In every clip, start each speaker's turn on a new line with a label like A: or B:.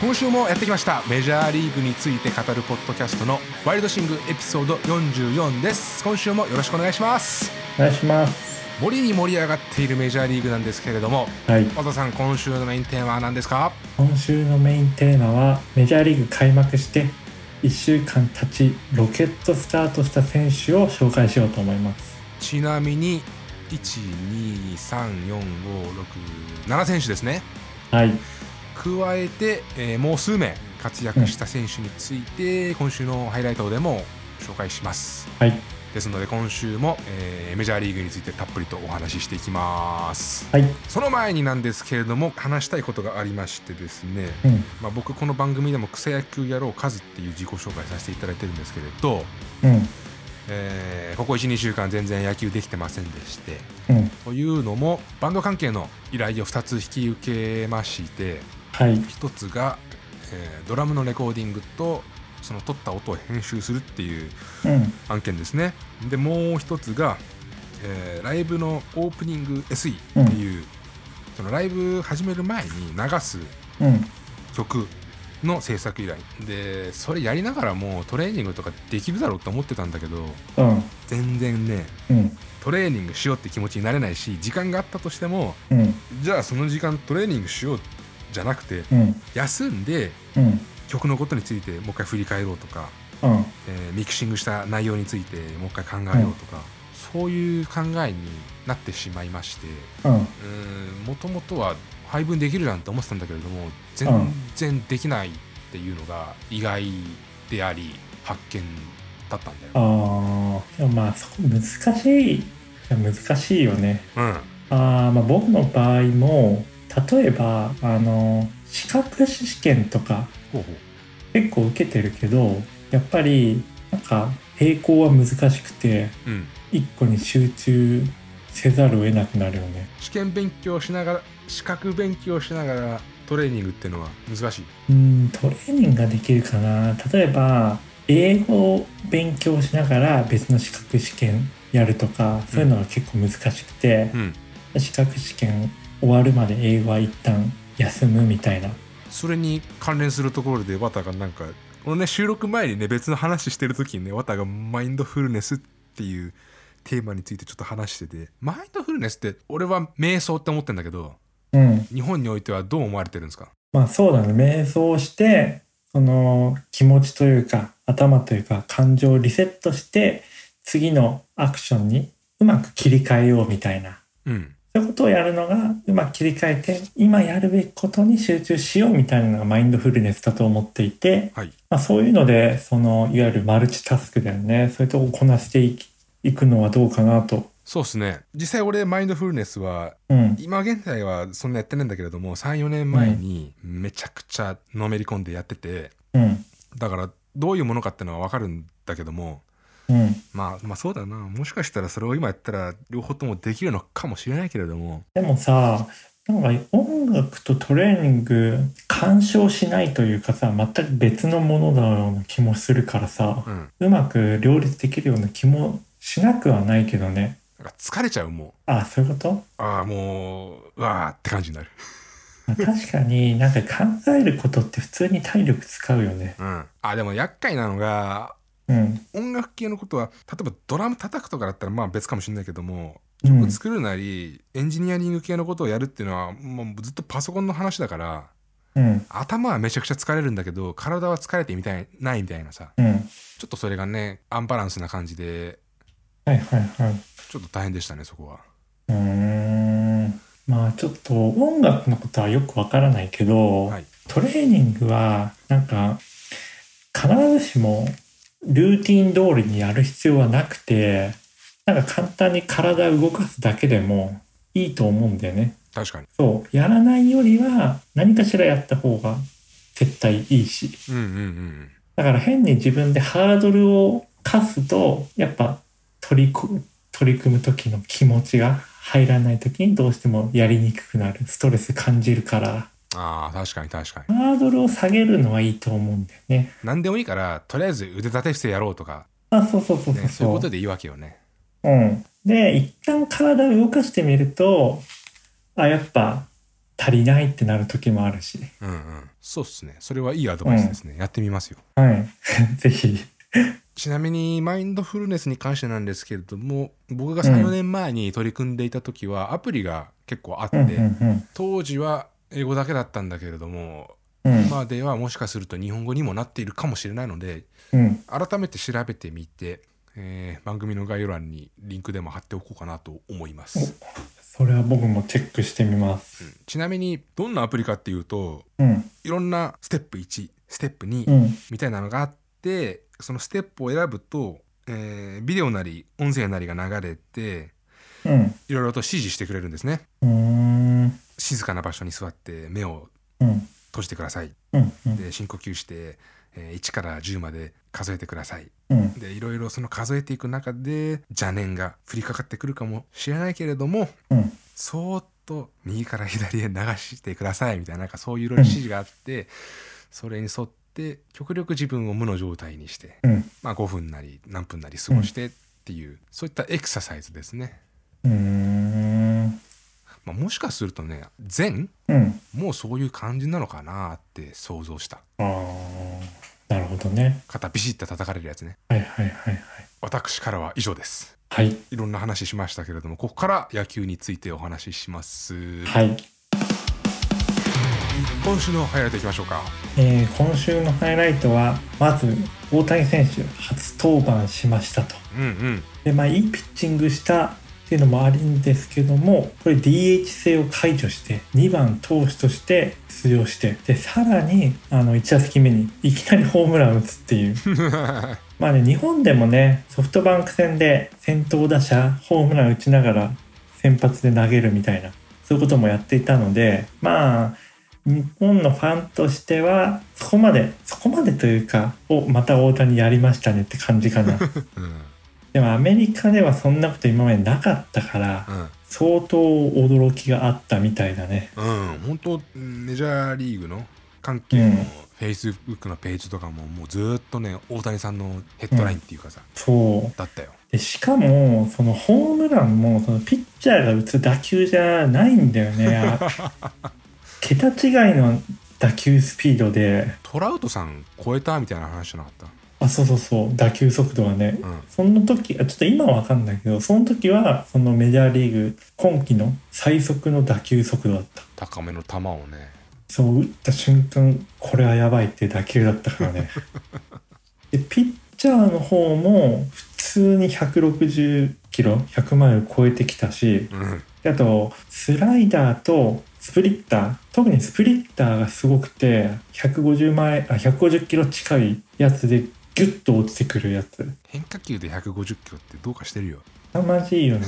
A: 今週もやってきましたメジャーリーグについて語るポッドキャストのワイルドシングエピソード44です今週もよろしくお願いします
B: お願いします
A: 盛りに盛り上がっているメジャーリーグなんですけれども
B: はい
A: 和田さん今週のメインテーマは何ですか
B: 今週のメインテーマはメジャーリーグ開幕して1週間経ちロケットスタートした選手を紹介しようと思います
A: ちなみに1234567選手ですね
B: はい
A: 加えて、えーもう数名活躍した選手について、今週のハイライトでも紹介します
B: はい
A: ですので今週も、えーメジャーリーグについてたっぷりとお話ししていきます
B: はい
A: その前になんですけれども話したいことがありましてですね、
B: うん
A: まあ、僕この番組でも草野球やろうカズっていう自己紹介させていただいてるんですけれど、
B: うん
A: えーここ12週間全然野球できてませんでして
B: うん
A: というのもバンド関係の依頼を2つ引き受けまして
B: はい
A: 1つが、えードラムのレコーディングとその撮った音を編集するっていう
B: うん
A: 案件ですねでもう1つが、えーライブのオープニング SE っていう、そのライブ始める前に流す
B: うん
A: 曲の制作依頼でそれやりながらもうトレーニングとかできるだろうと思ってたんだけど
B: うん
A: 全然ね
B: うん
A: トレーニングしようって気持ちになれないし時間があったとしても
B: うん
A: じゃあその時間トレーニングしようじゃなくて
B: うん
A: 休んで
B: うん
A: 曲のことについてもう一回振り返ろうとか、
B: うん
A: えーミキシングした内容についてもう一回考えようとか、そういう考えになってしまいまして
B: うん
A: うーんもともとは配分できるなんて思ってたんだけれども全
B: うん
A: 然できないっていうのが意外であり発見だったんだよ。
B: あーでもまあそこ難しいいや難しいよね
A: うん
B: あーまあ僕の場合も例えばあの資格試験とか
A: ほうほう
B: 結構受けてるけどやっぱりなんか並行は難しくて
A: うん
B: 一個に集中せざるを得なくなるよね
A: 試験勉強しながら資格勉強しながらトレーニングっていうのは難しい。
B: うんトレーニングができるかな例えば英語を勉強しながら別の資格試験やるとかそういうのが結構難しくて
A: う、ん、
B: 資格試験終わるまで英語は一旦休むみたいな
A: それに関連するところでワタがなんかこのね収録前にね別の話してる時にねワタがマインドフルネスっていうテーマについてちょっと話しててマインドフルネスって俺は瞑想って思ってんだけど
B: うん
A: 日本においてはどう思われてるんですか
B: まあそうだね瞑想してその気持ちというか頭というか感情をリセットして次のアクションにうまく切り替えようみたいな
A: うん
B: そういうことをやるのがうまく切り替えて今やるべきことに集中しようみたいなのがマインドフルネスだと思っていて、
A: はい
B: まあ、そういうのでそのいわゆるマルチタスクだよねそういうとこをこなしていきいくのはどうかなと。
A: そうっすね実際俺マインドフルネスは
B: うん、
A: 今現在はそんなやってないんだけれども34年前にめちゃくちゃのめり込んでやってて
B: うん、
A: だからどういうものかってのは分かるんだけども
B: うん
A: まあまあそうだなもしかしたらそれを今やったら両方ともできるのかもしれないけれども
B: でもさなんか音楽とトレーニング干渉しないというかさ全く別のものだような気もするからさ
A: うんなん
B: うまく両立できるような気もしなくはないけどね
A: か疲れちゃうも
B: あそういうこと
A: うああもううわーって感じになる
B: まあ確かになんか考えることって普通に体力使うよね
A: うんあでも厄介なのが
B: うん
A: 音楽系のことは例えばドラム叩くとかだったらまあ別かもしれないけども
B: うん
A: 作るなりエンジニアリング系のことをやるっていうのはもうずっとパソコンの話だから
B: うん
A: 頭はめちゃくちゃ疲れるんだけど体は疲れてみたいないみたいなさ
B: うん
A: ちょっとそれがねアンバランスな感じで
B: はいはいはい
A: ちょっと大変でしたねそこは。
B: うーんまあちょっと音楽のことはよくわからないけど、
A: はい
B: トレーニングはなんか必ずしもルーティン通りにやる必要はなくてなんか簡単に体を動かすだけでもいいと思うんだよね
A: 確かに
B: そうやらないよりは何かしらやった方が絶対いいし
A: うんうんうん
B: だから変に自分でハードルを課すとやっぱ取り組む取り組む時の気持ちが入らない時にどうしてもやりにくくなるストレス感じるから
A: あー確かに確かに
B: ハードルを下げるのはいいと思うんだよね。
A: 何でもいいからとりあえず腕立て伏せやろうとか、
B: あそうそうそうそう
A: ね、そういう
B: そ
A: こ
B: う
A: とでいいわけよね
B: うん、で一旦体を動かしてみるとあやっぱ足りないってなる時もあるし、
A: うんうんそうっすねそれはいいアドバイスですね、やってみますよ
B: はい、 ぜひ、
A: ちなみにマインドフルネスに関してなんですけれども僕が34
B: うん
A: 年前に取り組んでいた時はアプリが結構あって、
B: うんうん
A: 当時は英語だけだったんだけれども
B: うんうん
A: 今ではもしかすると日本語にもなっているかもしれないので
B: うん、
A: 改めて調べてみて、えー番組の概要欄にリンクでも貼っておこうかなと思います、
B: それは僕もチェックしてみます。
A: うんちなみにどんなアプリかっていうと
B: うん
A: いろんなステップ1ステップ2、
B: うん
A: みたいなのがあってそのステップを選ぶと、えービデオなり音声なりが流れて
B: うん
A: いろいろと指示してくれるんですね
B: うーん
A: 静かな場所に座って目を
B: うん
A: 閉じてください
B: うんうん
A: で深呼吸して、えー1から10まで数えてください
B: うん
A: でいろいろその数えていく中で邪念が降りかかってくるかもしれないけれども
B: うん
A: そーっと右から左へ流してくださいみたいななんかそういういろいろ指示があってそれに沿って極力自分を無の状態にして
B: うん
A: まあ、5分なり何分なり過ごしてっていう、そういったエクササイズですね、
B: うーん
A: まあ、もしかするとね禅
B: うん
A: もうそういう感じなのかなって想像した
B: あーなるほどね
A: 肩ビシッと叩かれるやつね
B: はいはいはい
A: 私からは以上です
B: はいはい
A: いろんな話しましたけれどもここから野球についてお話しします、
B: はい、
A: 今週のハイライトいきましょうか
B: えー今週のハイライトはまず大谷選手初登板しましたと
A: うんうん
B: でまあいいピッチングしたっていうのもあるんですけどもこれ DH 制を解除して2番投手として出場してでさらにあの1打席目にいきなりホームラン打つっていうまあね日本でもねソフトバンク戦で先頭打者ホームラン打ちながら先発で投げるみたいなそういうこともやっていたのでまあ日本のファンとしてはそこまでそこまでというかおまた大谷やりましたねって感じか な
A: うん
B: でもアメリカではそんなこと今までなかったから相当驚きがあったみたいだね
A: うんうん本当メジャーリーグの関係
B: うん
A: のフェイスブックのページとかももうずーっとね大谷さんのヘッドラインっていうかさ、
B: そう
A: だったよ
B: でしかもそのホームランもそのピッチャーが打つ打球じゃないんだよね あ桁違いの打球スピードで
A: トラウトさん超えたみたいな話じゃなかっ
B: あそうそうそう打球速度はね
A: た、うん、
B: その時あちょっと今は分かんないけどその時はそのメジャーリーグ今季の最速の打球速度だった
A: 高めの球をね
B: そう打った瞬間これはやばいっていう打球だったから ねでピッチャーの方も普通に160キロ100マイル超えてきたし
A: うん
B: であとスライダーとスプリッター特にスプリッターがすごくて150マイあ150キロ近いやつでギュッと落ちてくるやつ
A: 変化球で150キロってどうかしてるよ
B: 凄まじいよね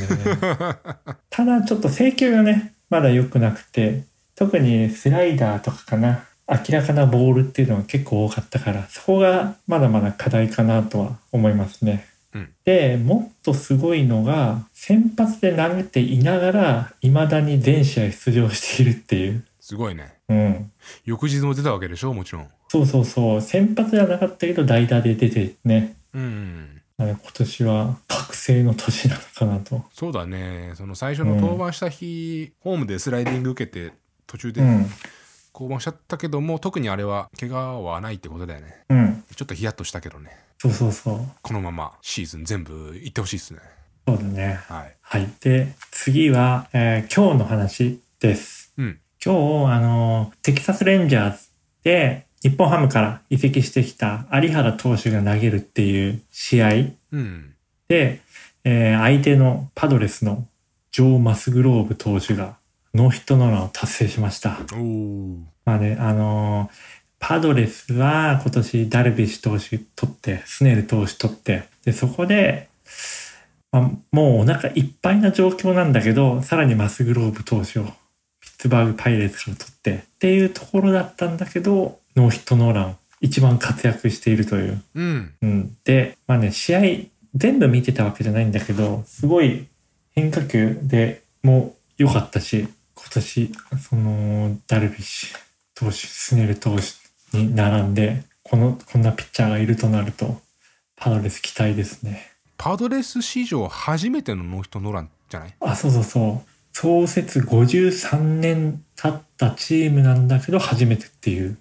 B: ただちょっと制球がねまだ良くなくて特にスライダーとかかな明らかなボールっていうのが結構多かったからそこがまだまだ課題かなとは思いますね、
A: うん
B: でもっとすごいのが先発で投げていながら未だに全試合出場しているっていう
A: すごいね
B: うん
A: 翌日も出たわけでしょもちろん
B: そうそうそう先発じゃなかったけど代打で出てね
A: うん
B: あの今年は覚醒の年なのかなと
A: そうだねその最初の登板した日、ホームでスライディング受けて途中
B: う
A: で
B: ん
A: 降板しちゃったけども、特にあれは怪我はないってことだよね
B: うん
A: ちょっとヒヤッとしたけどね
B: そうそうそう
A: このままシーズン全部いってほしいですね
B: そうだね。
A: はい
B: はい。で、次は、えー今日の話です。
A: うん
B: 今日、あのーテキサスレンジャーズで、日本ハムから移籍してきた有原投手が投げるっていう試合
A: うん
B: で、えー相手のパドレスのジョー・マスグローブ投手がノーヒットノーランを達成しました。
A: おお
B: まあね、あのーパドレスは今年ダルビッシュ投手取って、スネル投手取って、で、そこで、まあ、もうお腹いっぱいな状況なんだけど、さらにマスグローブ投手をピッツバーグパイレーツから取ってっていうところだったんだけど、ノーヒットノーラン、一番活躍しているという。
A: うん
B: うん、で、まあね、試合全部見てたわけじゃないんだけど、すごい変化球でも良かったし、今年、その、ダルビッシュ投手、スネル投手に並んで、この、こんなピッチャーがいるとなると、パドレス期待ですね。
A: パドレス史上初めてのノーヒットノーランじゃない
B: あ、そうそうそう。創設53年経ったチームなんだけど初めてっていう。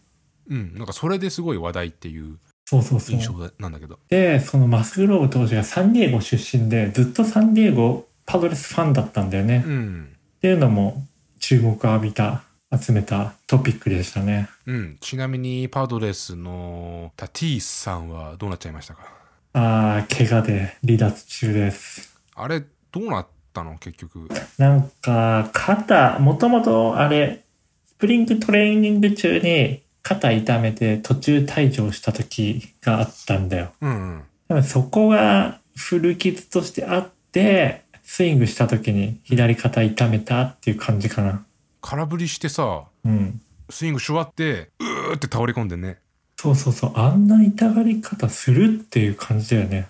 A: うん、なんかそれですごい話題っていう
B: そうそうそう
A: 印。象だなんだけど。
B: で、そのマスグローブ投手がサンディエゴ出身で、ずっとサンディエゴパドレスファンだったんだよね。
A: う
B: っ
A: ん、
B: ていうのも注目を浴びた、集めたトピックでしたね。
A: うん、ちなみにパドレスのタティースさんはどうなっちゃいましたか
B: あー、怪我で離脱中です。
A: あれどうなったの結局。
B: なんか、肩、もともとあれ、スプリングトレーニング中に肩痛めて途中退場した時があったんだよ。
A: うん、うん、
B: 多分そこが古傷としてあって、スイングした時に左肩痛めたっていう感じかな。
A: 空振りしてさ
B: うん。
A: スイングし終わってうーって倒れ込んでね
B: そうそうそう。あんな痛がり方するっていう感じだよね。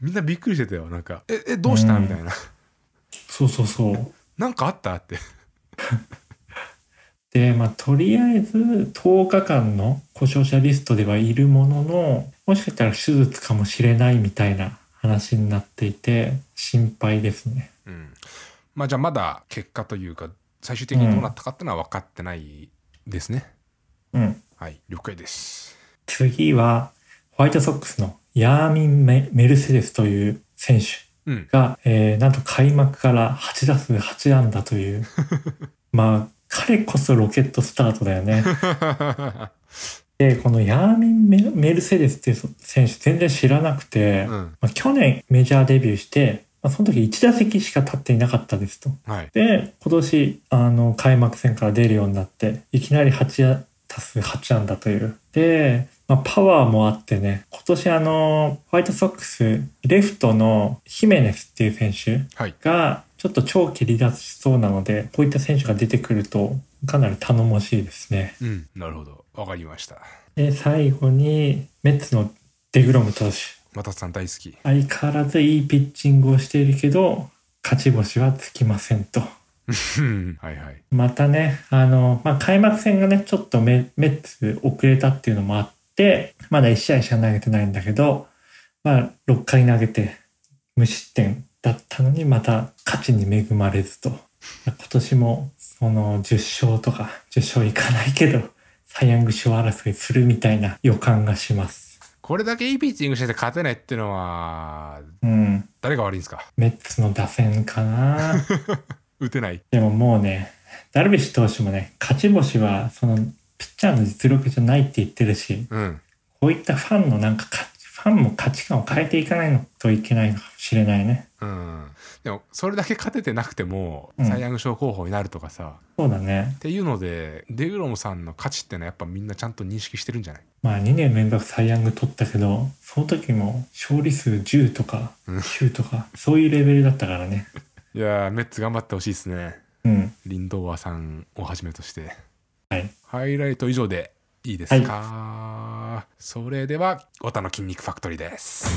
A: みんなびっくりしてたよなんか「ええどうした?」
B: うん
A: みたいな
B: そうそうそう。
A: 「なんかあった?」って
B: で、まあ、とりあえず10日間の故障者リストではいるものの、もしかしたら手術かもしれないみたいな話になっていて、心配ですね。
A: うん、まあじゃあまだ結果というか最終的にどうなったかってのは分かってないですね、
B: うん。
A: はい了解です
B: 次は、ホワイトソックスのヤーミンメ・メルセデスという選手
A: うん
B: が、えーなんと開幕から8打数8安打という、 まあ、彼こそロケットスタートだよね。で、このヤーミンメ・メルセデスっていう選手全然知らなくて、
A: うん
B: まあ、去年メジャーデビューして、まあ、その時1打席しか立っていなかったですと。
A: はい
B: で、今年、あの、開幕戦から出るようになって、いきなり8足す8安打という。で、まあ、パワーもあってね、今年あの、ホワイトソックス、レフトのヒメネスっていう選手
A: はい
B: が、ちょっと長期離脱しそうなので、こういった選手が出てくると、かなり頼もしいですね。
A: うんなるほど分かりました
B: で、最後に、メッツのデグロム投手。
A: またさん大好き
B: 相変わらずいいピッチングをしているけど勝ち星はつきませんと
A: うんはいはい
B: またねあの、まあ、開幕戦がねちょっとメメッツ遅れたっていうのもあってまだ1試合しか投げてないんだけど、まあ、6回投げて無失点だったのにまた勝ちに恵まれずとまあ今年もその10勝とか10勝いかないけどサイ・ヤング賞争いするみたいな予感がします。
A: これだけいいピッチングしてて勝てないっていうのは
B: うん、
A: 誰が悪いんですか
B: メッツの打線かな
A: 打てない
B: でももうね、ダルビッシュ投手もね、勝ち星はそのピッチャーの実力じゃないって言ってるし、
A: うん
B: こういったファンのなんか価値ファンも価値観を変えていかないのといけないのかもしれないね。
A: うんでもそれだけ勝ててなくても
B: うん
A: サイ・ヤング賞候補になるとかさ、
B: そうだね
A: っ。ていうのでデグロムさんの価値ってのはやっぱみんなちゃんと認識してるんじゃない
B: まあ2年連続サイ・ヤング取ったけど、その時も勝利数10とか
A: うん
B: 9とか、そういうレベルだったからね。
A: いやーメッツ頑張ってほしいですね
B: うん。
A: リンドーアさんをはじめとして
B: はい。
A: ハイライト以上でいいですか、それでは「オタの筋肉ファクトリー」です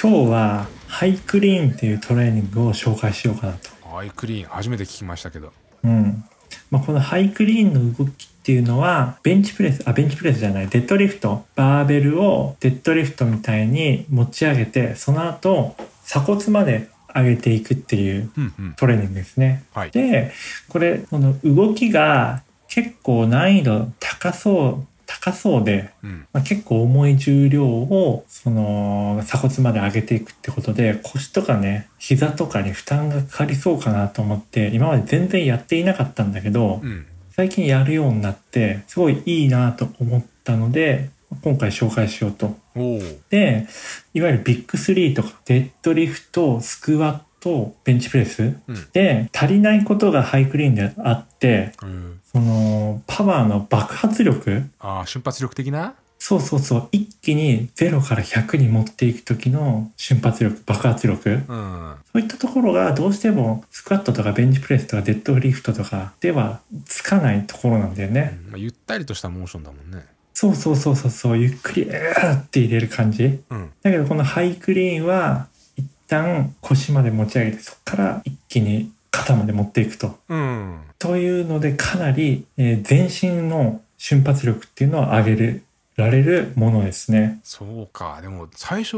B: 今日はハイクリーンっていうトレーニングを紹介しようかなと。
A: アイクリーン初めて聞きましたけど
B: うんまあ、このハイクリーンの動きっていうのはベンチプレスあベンチプレスじゃないデッドリフトバーベルをデッドリフトみたいに持ち上げてその後鎖骨まで上げていくっていう
A: うんうん
B: トレーニングですね。
A: はい
B: でこれこの動きが結構難易度高そう高そうで、
A: うん
B: まあ、結構重い重量をその鎖骨まで上げていくってことで腰とかね膝とかに負担がかかりそうかなと思って今まで全然やっていなかったんだけど
A: うん
B: 最近やるようになってすごいいいなと思ったので今回紹介しようと。
A: おお
B: でいわゆるビッグ3とかデッドリフトスクワットベンチプレス
A: うん
B: で足りないことがハイクリーンであって
A: うん
B: そのパワーの爆発力
A: あー瞬発力的な
B: そうそうそう一気に0から100に持っていく時の瞬発力爆発力
A: うん
B: そういったところがどうしてもスクワットとかベンチプレスとかデッドリフトとかではつかないところなんだよ
A: う
B: ね、
A: んまあ、ゆったりとしたモーションだもんね
B: そうそうそうそうそうゆっくりうーって入れる感じ
A: うん
B: だけどこのハイクリーンは一旦腰まで持ち上げてそこから一気に肩まで持っていくと
A: うん
B: というのでかなり、えー全身の瞬発力っていうのを上げるられるものですね。
A: そうかでも最初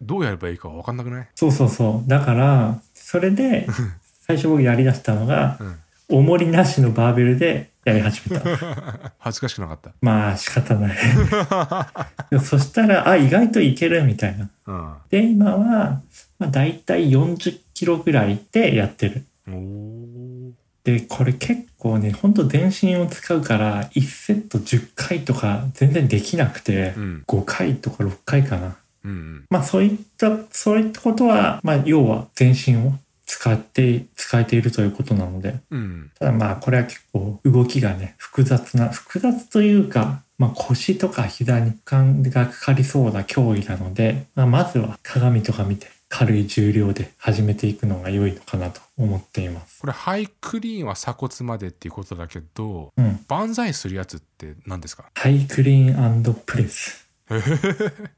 A: どうやればいいか分かんなくない
B: そうそうそう。だから、それで、最初僕やりだしたのが、
A: うん
B: 重りなしのバーベルで やり始めた。
A: 恥ずかしくなかっ
B: まあ仕 方ない。でもそしたら、あ、意外といけるみたいな。
A: たうん
B: で、今は、まあ大体40キロぐらいでやってる。
A: おー
B: で、これ結構ね、ほんと全身を使うから、1セット10回とか全然できなくて
A: う、ん
B: 5回とか6回かな。
A: うんうん
B: まあそういった、そういったことは、まあ要は全身を使って、使えているということなので。
A: うん
B: ただまあこれは結構動きがね、複雑な、複雑というか、まあ腰とか膝に負荷がかかりそうな競技なので、まあまずは鏡とか見て軽い重量で始めていくのが良いのかなと思っています。
A: これハイクリーンは鎖骨までっていうことだけど
B: うん。
A: 万歳するやつって何ですか
B: ハイクリーンプレス
A: な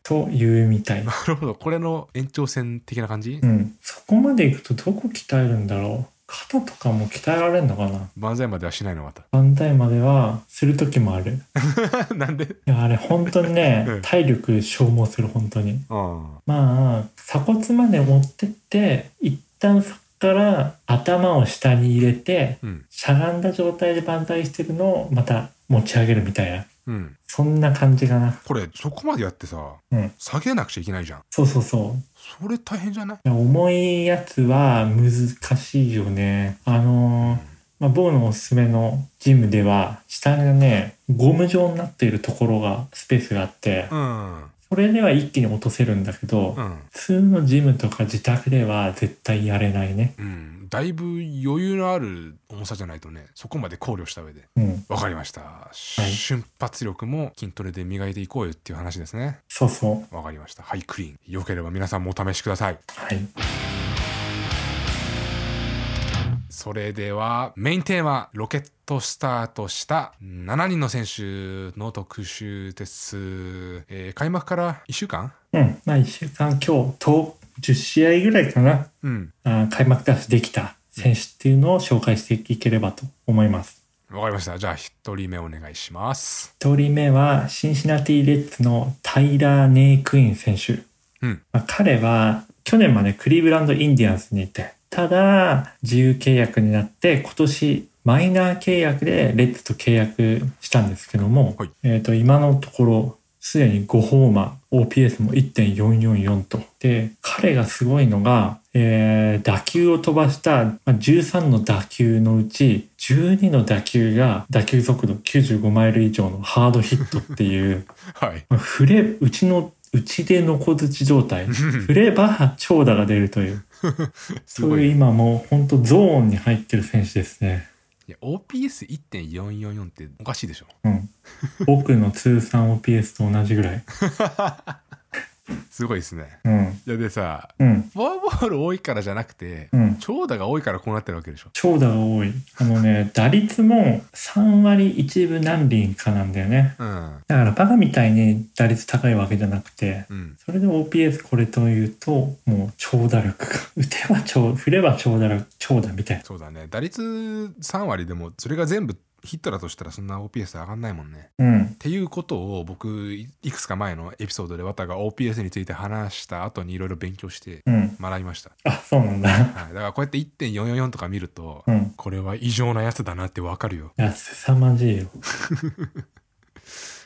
B: というみたい。
A: るほどこれの延長線的な感じ
B: うん。そこまで行くとどこ鍛えるんだろう。肩とかも鍛えられるのかな
A: 万歳まではしないのまた
B: 万歳まではする時もある。
A: なんで
B: いやあれ本当に ね、
A: うん
B: 体力消耗する本当に。
A: あ
B: まあ鎖骨まで持ってって一旦そっから頭を下に入れて
A: あうん
B: しゃがんだ状態で万歳してるのをまた持ち上げるみたいな
A: うん
B: そんな感じかな
A: これそこまでやってさ、
B: うん
A: 下げなくちゃいけないじゃん
B: そうそうそう
A: それ大変じゃない
B: いや重いやつは難しいよねあのーまあ、某のおすすめのジムでは下がねゴム状になっているところがスペースがあって
A: うん
B: それでは一気に落とせるんだけど
A: うん
B: 普通のジムとか自宅では絶対やれないね
A: うん、だいぶ余裕のある重さじゃないとねそこまで考慮した上で
B: うん
A: わかりました、瞬発力も筋トレで磨いていこうよっていう話ですね
B: そうそう。
A: わかりましたハイクリーン良ければ皆さんもお試しください
B: はい。
A: それではメインテーマロケットスタートした7人の選手の特集です、えー開幕から1週間
B: うん。まあ、1週間今日、と10試合ぐらいかな。
A: うん
B: あー開幕ダッシュできた選手っていうのを紹介していければと思います。
A: わかりましたじゃあ1人目お願いします
B: 1人目は、シンシナティレッツのタイラー・ネイクイン選手。
A: うん
B: まあ、彼は、去年までクリーブランド・インディアンスにいて、ただ、自由契約になって、今年、マイナー契約でレッツと契約したんですけども、
A: はい
B: えっ、と、今のところ、すでに5ホーマー、OPS も1.444と。で、彼がすごいのが、えー打球を飛ばしたまあ13の打球のうち、12の打球が打球速度95マイル以上のハードヒットっていう、
A: はい
B: まあ触れ、うちの、うちで横づち状態。触れば長打が出るという。
A: す
B: そう
A: ご
B: い
A: い
B: う今もう本当ゾーンに入ってる選手ですね。
A: いや OPS1.444 っておかしいでしょ
B: うん。僕の通算 OPS と同じぐらい。
A: すごいですね
B: うん。
A: いやでさ
B: うん。
A: フォアボール多いからじゃなくて、
B: うん。
A: 長打が多いからこうなってるわけでしょ。
B: 長打が多い。あのね、打率も3割1分何厘かなんだよね。
A: うん。
B: だからバカみたいに打率高いわけじゃなくて、
A: うん。
B: それで OPS これというと、もう長打力か。打てば長、振れば長打力、長打みたいな。
A: そうだね。打率3割でも、それが全部ヒットだとしたらそんな OPS 上がんないもんね。
B: うん
A: っ。ていうことを僕、いいくつか前のエピソードで、わたが OPS について話した後にいろいろ勉強して
B: うん。
A: 学びました。
B: あ、そうなんだ。
A: はい。だからこうやって1.444とか見ると、
B: うん。
A: これは異常なやつだなってわかるよ。
B: いや、凄まじいよ。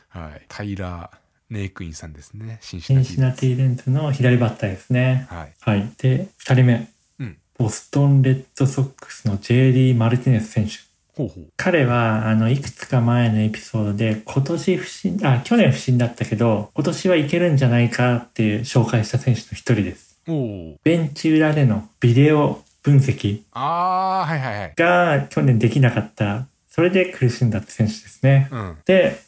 A: はい。タイラー・ネイクインさんですね。シンシ
B: シ
A: ナ
B: ン
A: テ
B: シ
A: ィ。
B: ナティレンツの左バッターですね。
A: はい。
B: はい。で、2人目。
A: うん
B: ボストン・レッドソックスの JD ・マルティネス選手。
A: ほうほう。
B: 彼は、あの、いくつか前のエピソードで、今年不振、あ、去年不振だったけど、今年はいけるんじゃないかっていう紹介した選手の一人です。
A: おお。
B: ベンチ裏でのビデオ分析
A: あー、はいはいはい。
B: が去年できなかった。それで苦しんだって選手ですね。
A: うん。
B: で、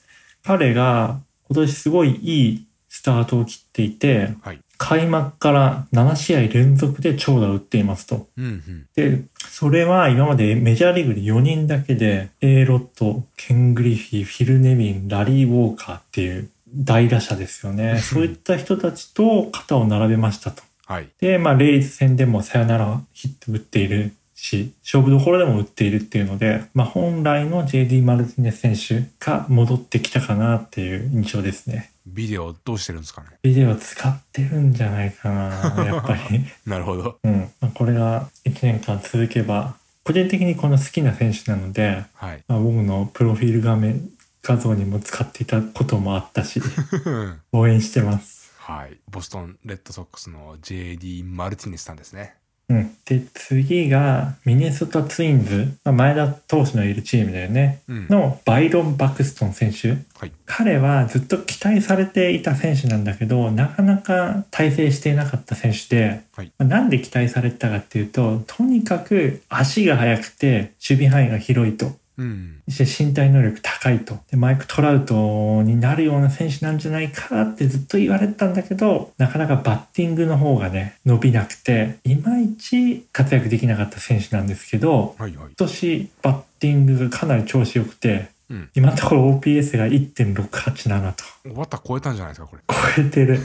B: 彼が今年すごいいいスタートを切っていて、
A: はい
B: 開幕から7試合連続で長打を打っていますと。
A: うんうん。
B: で、それは今までメジャーリーグで4人だけで、エーロット、ケン・グリフィー、フィル・ネビン、ラリー・ウォーカーっていう大打者ですよね。そういった人たちと肩を並べましたと。
A: はい。
B: で、まあ、レイズ戦でもサヨナラヒット打っているし、勝負どころでも打っているっていうので、まあ、本来の JD マルティネス選手が戻ってきたかなっていう印象ですね。
A: ビデオどうしてるんですかね
B: ビデオ使ってるんじゃないかな、やっぱり。
A: なるほど
B: うん。まあこれが1年間続けば、個人的にこの好きな選手なので、
A: はい
B: まあ、僕のプロフィール画面画像にも使っていたこともあったし、応援してます。
A: はいボストンレッドソックスの JD マルティネスさんですね
B: うん。で、次が、ミネソタツインズ、まあ、前田投手のいるチームだよね。
A: うん
B: のバイロン・バクストン選手。
A: はい
B: 彼はずっと期待されていた選手なんだけど、なかなか大成していなかった選手で、
A: はい
B: まあなんで期待されてたかっていうと、とにかく足が速くて、守備範囲が広いと。
A: うん
B: そして身体能力高いと。で、マイク・トラウトになるような選手なんじゃないかってずっと言われてたんだけど、なかなかバッティングの方がね、伸びなくて、いまいち活躍できなかった選手なんですけど、
A: はいはい
B: 今年バッティングがかなり調子良くて、
A: うん
B: 今のところ OPS が1.687と
A: ワタ超えたんじゃないですかこれ
B: 超えて る。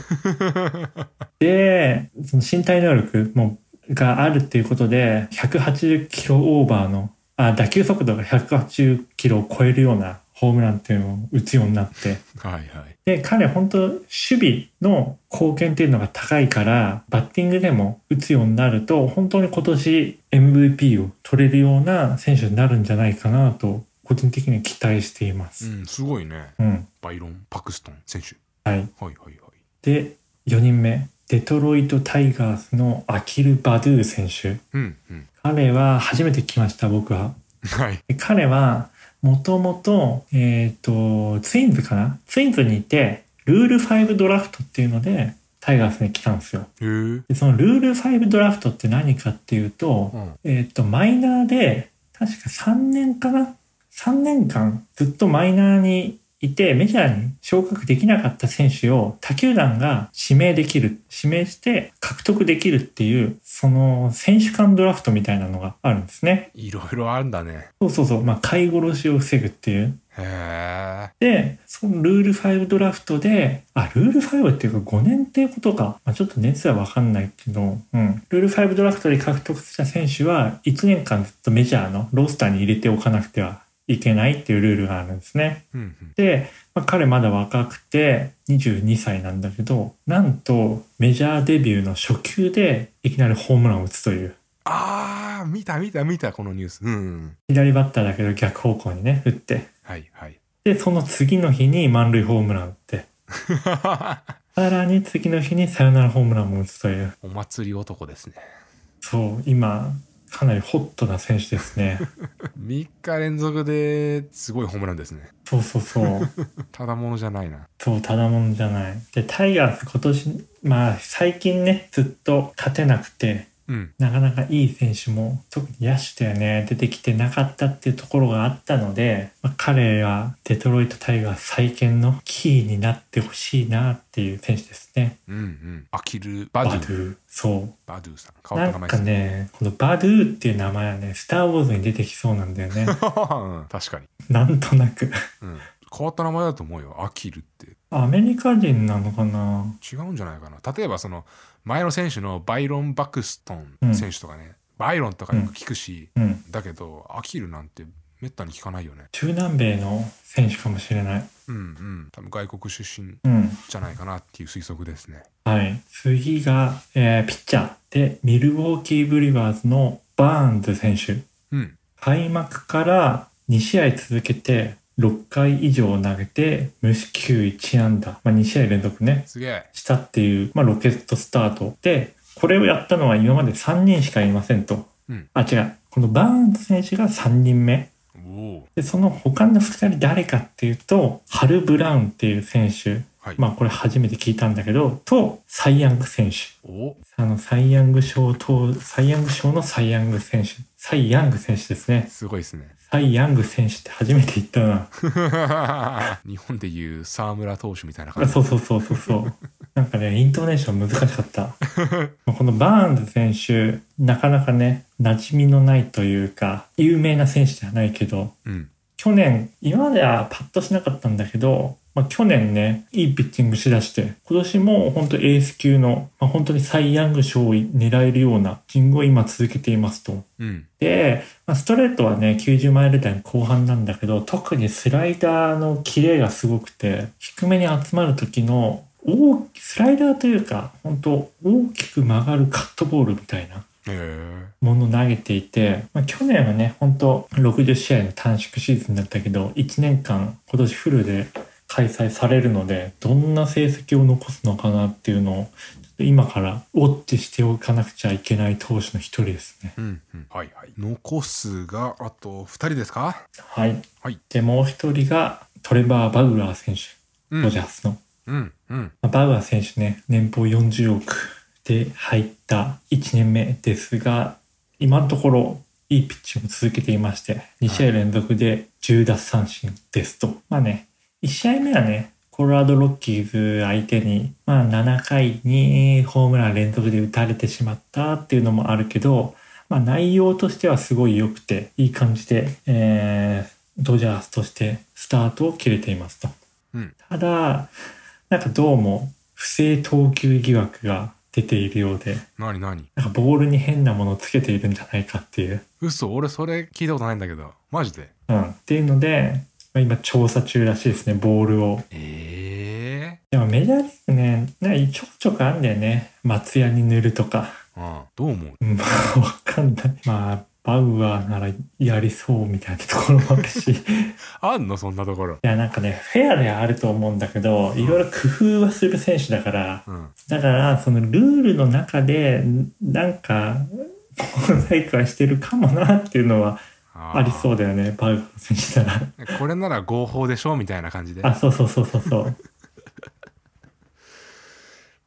B: で、その身体能力もがあるっていうことで、180キロオーバーの、あ打球速度が180キロを超えるようなホームランっていうのを打つようになって、
A: はいはい
B: で、彼本当守備の貢献っていうのが高いから、バッティングでも打つようになると、本当に今年 MVP を取れるような選手になるんじゃないかなと、個人的には期待していま
A: う
B: す。
A: んすごいね
B: うん。
A: バイロン・パクストン選手
B: はい。
A: はいはいはい
B: で、4人目。デトロイトタイガースのアキル・バドゥ選手。
A: うんうん
B: 彼は初めて来ました、僕は。
A: はい
B: で彼は、もともと、えっ、と、ツインズかなツインズにいて、ルール5ドラフトっていうので、タイガースに来たんですよ。
A: へえうん
B: でそのルール5ドラフトって何かっていうと、えっ、と、マイナーで、確か3年かな ?3 年間ずっとマイナーにいて、メジャーに昇格できなかった選手を他球団が指名できる、指名して獲得できるっていう、その選手間ドラフトみたいなのがあるんですね。
A: いろいろあるんだね
B: そうそうそう、まあ、買い殺しを防ぐっていう。
A: へえ
B: で、そのルール5ドラフトで、あ、ルール5っていうか5年っていうことか。まあ、ちょっと年数はわかんないけど、うん。ルール5ドラフトで獲得した選手は、1年間ずっとメジャーのロースターに入れておかなくてはいけないっていうルールがあるんですね。
A: うんうん
B: で、まあ、彼まだ若くて、22歳なんだけど、なんと、メジャーデビューの初球で、いきなりホームランを打つという。
A: あー見た見た見たこのニュースうんうん
B: 左バッターだけど逆方向にね、打って。
A: はいはい
B: で、その次の日に満塁ホームラン打って。さらに次の日にサヨナラホームランも打つという。
A: お祭り男ですね
B: そう、今、かなりホットな選手ですね。
A: 3日連続ですごいホームランですね
B: そうそうそう。
A: ただものじゃないな
B: そう、ただもんじゃない。で、タイガース今年、まあ、最近ね、ずっと勝てなくて、
A: うん
B: なかなかいい選手も、特に野手だよね、出てきてなかったっていうところがあったので、まあ、彼はデトロイトタイガース再建のキーになってほしいなっていう選手ですね。
A: うんうんアキル・バド
B: バ
A: ゥ
B: ドゥ。そう。
A: バドゥさん変わ
B: な
A: った名前で
B: んか
A: すね
B: ね、このバドゥっていう名前はね、スター・ウォーズに出てきそうなんだよ ね。
A: うん確かに、
B: なんとなく。
A: うん、変わった名前だと思うよアキルって
B: アメリカ人なのかな
A: 違うんじゃないかな例えばその前の選手のバイロン・バクストン選手とかね、バイロンとかよく聞くし、
B: うん。
A: だけどアキルなんてめったに聞かないよね
B: 中南米の選手かもしれない。
A: うんうん多分外国出身
B: うん。
A: じゃないかなっていう推測ですね
B: はい。次が、えーピッチャーで、ミルウォーキー・ブリバーズのバーンズ選手。
A: うん
B: 開幕から2試合続けて、6回以上投げて、無四球1安打。まあ、2試合連続ね、
A: すげえ
B: したっていう、まあ、ロケットスタートで、これをやったのは今まで3人しかいませんと。
A: うん
B: あ、違う。このバーンズ選手が3人目。
A: おお
B: で、その他の2人誰かっていうと、ハル・ブラウンっていう選手、
A: はい、
B: まあこれ初めて聞いたんだけど、と、サイ・ヤング選手。
A: お
B: あの、サイ・ヤング賞と、サイ・ヤング賞のサイ・ヤング選手。サイ・ヤング選手ですね。
A: すごいです ね
B: サイ・ヤング選手って初めて言ったな。
A: 日本でいう沢村投手みたいな
B: あ
A: 感じ
B: そうそうそうそうそう。なんかね、イントネーション難しかった。 このバーンズ選手、なかなかね、馴染みのないというか、有名な選手ではないけど、
A: うん
B: 去年、今まではパッとしなかったんだけど、まあ、去年ね、いいピッチングしだして、今年も本当エース級の、まあ、本当にサイ・ヤング賞を狙えるようなピッチングを今続けていますと。
A: うん
B: で、まあ、ストレートはね、90マイル台後半なんだけど、特にスライダーのキレがすごくて、低めに集まる時の、大きスライダーというか、本当大きく曲がるカットボールみたいな。
A: へえ
B: ものを投げていて、まあ、去年はね本当60試合の短縮シーズンだったけど1年間今年フルで開催されるのでどんな成績を残すのかなっていうのをちょっと今からウォッチしておかなくちゃいけない投手の一人ですね。
A: うんうんはいはい残すがあと2人ですか
B: はい、
A: はい
B: でもう一人がトレバー・バウアー選手
A: う
B: ド
A: ん
B: ジャースの、
A: うんうん
B: まあバウアー選手ね年俸40億で入った1年目ですが今のところいいピッチングを続けていまして2試合連続で10奪三振ですと、まあね1試合目はねコロラドロッキーズ相手に、まあ、7回にホームラン連続で打たれてしまったっていうのもあるけど、まあ、内容としてはすごい良くていい感じで、えードジャースとしてスタートを切れていますと。
A: うん
B: ただなんかどうも不正投球疑惑が出ているようで
A: 何何
B: なんかボールに変なものをつけているんじゃないかっていう、
A: 嘘俺それ聞いたことないんだけどマジで
B: うん、っていうので、まあ、今調査中らしいですねボールを
A: ええ
B: でもメジャーリーグねなんかちょこちょこあるんだよね松屋に塗るとか
A: うんどう思う
B: うんま あわかんないまあバウアーならやりそうみたいなところもあるしい
A: あんのそんなところ
B: やなんかねフェアではあると思うんだけどいろいろ工夫はする選手だから
A: うん
B: だからそのルールの中でなんか細工はしてるかもなっていうのは
A: あ
B: あり
A: う
B: そうだよねバウアー選手なら
A: これなら合法でしょみたいな感じで
B: あそうそうそうそうそう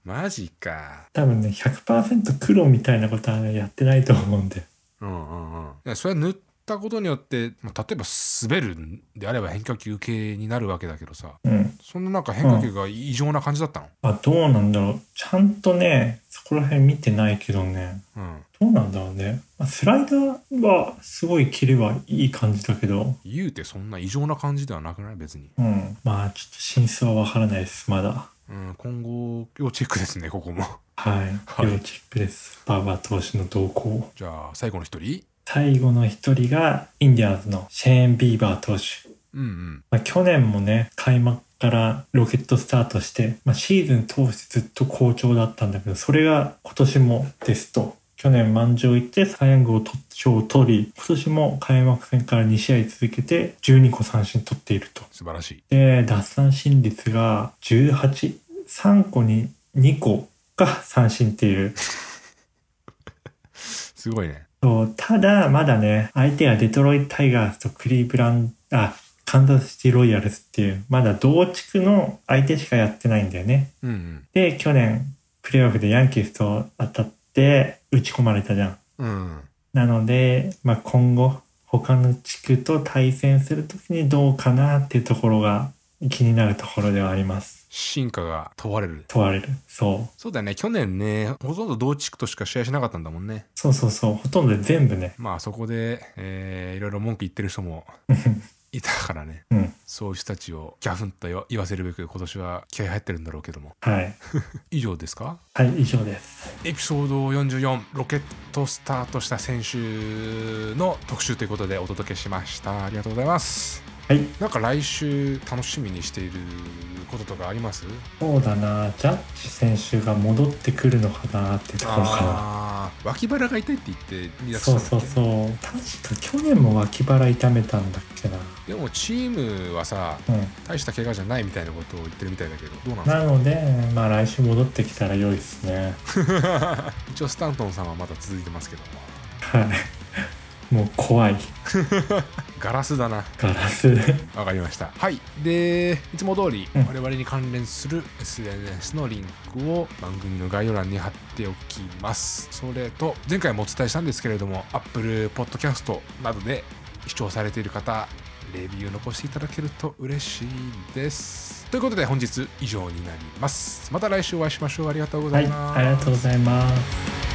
A: マジか
B: 多分ね100%黒みたいなことはねやってないと思うんで
A: うんうんうんいやそれは塗ったことによって、まあ、例えば滑るんであれば変化球系になるわけだけどさ
B: うん
A: そんななんか変化球が異常な感じだったの
B: あどうなんだろうちゃんとねそこら辺見てないけどね
A: うん
B: どうなんだろうねまあスライダーはすごいキレはいい感じだけど
A: 言うてそんな異常な感じではなくない別に、
B: うんまあちょっと真相はわからないですまだ
A: うん、今後要チェックですねここも
B: はい
A: はい
B: 要チェックですバーバー投手の動向
A: じゃあ最後の一人
B: 最後の一人がインディアンズのシェーン・ビーバー投手、
A: うんうん
B: まあ、去年もね開幕からロケットスタートして、まあ、シーズン通してずっと好調だったんだけどそれが今年もですと去年満場行ってサイ・ヤングをと賞を取り今年も開幕戦から2試合続けて12個三振取っていると
A: 素晴らしい
B: で奪三振率が183個に2個が三振っていう
A: すごいね
B: そうただ、まだね、相手はデトロイト・タイガースとクリーブランド、あ、カンザスシティ・ロイヤルズっていう、まだ同地区の相手しかやってないんだよね。
A: うんうん
B: で、去年、プレーオフでヤンキースと当たって打ち込まれたじゃん。
A: うん
B: なので、まあ、今後、他の地区と対戦するときにどうかなっていうところが気になるところではあります。
A: 進化が問われる
B: 問われる。そう。
A: そうだよね去年ねほとんど同地区としか試合しなかったんだもんね
B: そうそうそう。ほとんど全部ね。
A: まあそこで、えーいろいろ文句言ってる人もいたからね
B: うん。
A: そういう人たちをギャフンと言わ言わせるべく今年は気合入ってるんだろうけども
B: はい。
A: 以上ですか
B: はい、以上です。
A: エピソード44ロケットスタートした選手の特集ということでお届けしましたありがとうございます
B: はい。
A: なんか来週楽しみにしていることとかあります
B: そうだなジャッジ選手が戻ってくるのかなってところか
A: ああ脇腹が痛いって言って見
B: な
A: 出し
B: そう
A: た
B: そ
A: ん
B: う
A: だっ
B: そう確か去年も脇腹痛めたんだっけな
A: けでもチームはさ
B: うん
A: 大した怪我じゃないみたいなことを言ってるみたいだけどどうなんですか
B: なのでまあ来週戻ってきたら良いですね
A: 一応スタントンさんはまだ続いてますけども
B: はいもう怖い
A: ガラスだな
B: ガラス
A: わかりましたはいでいつも通り
B: うん
A: 我々に関連する SNS のリンクを番組の概要欄に貼っておきますそれと前回もお伝えしたんですけれども Apple Podcast などで視聴されている方レビュー残していただけると嬉しいですということで本日以上になりますまた来週お会いしましょうありがとうご
B: は
A: ざ
B: い
A: います、
B: ありがとうございます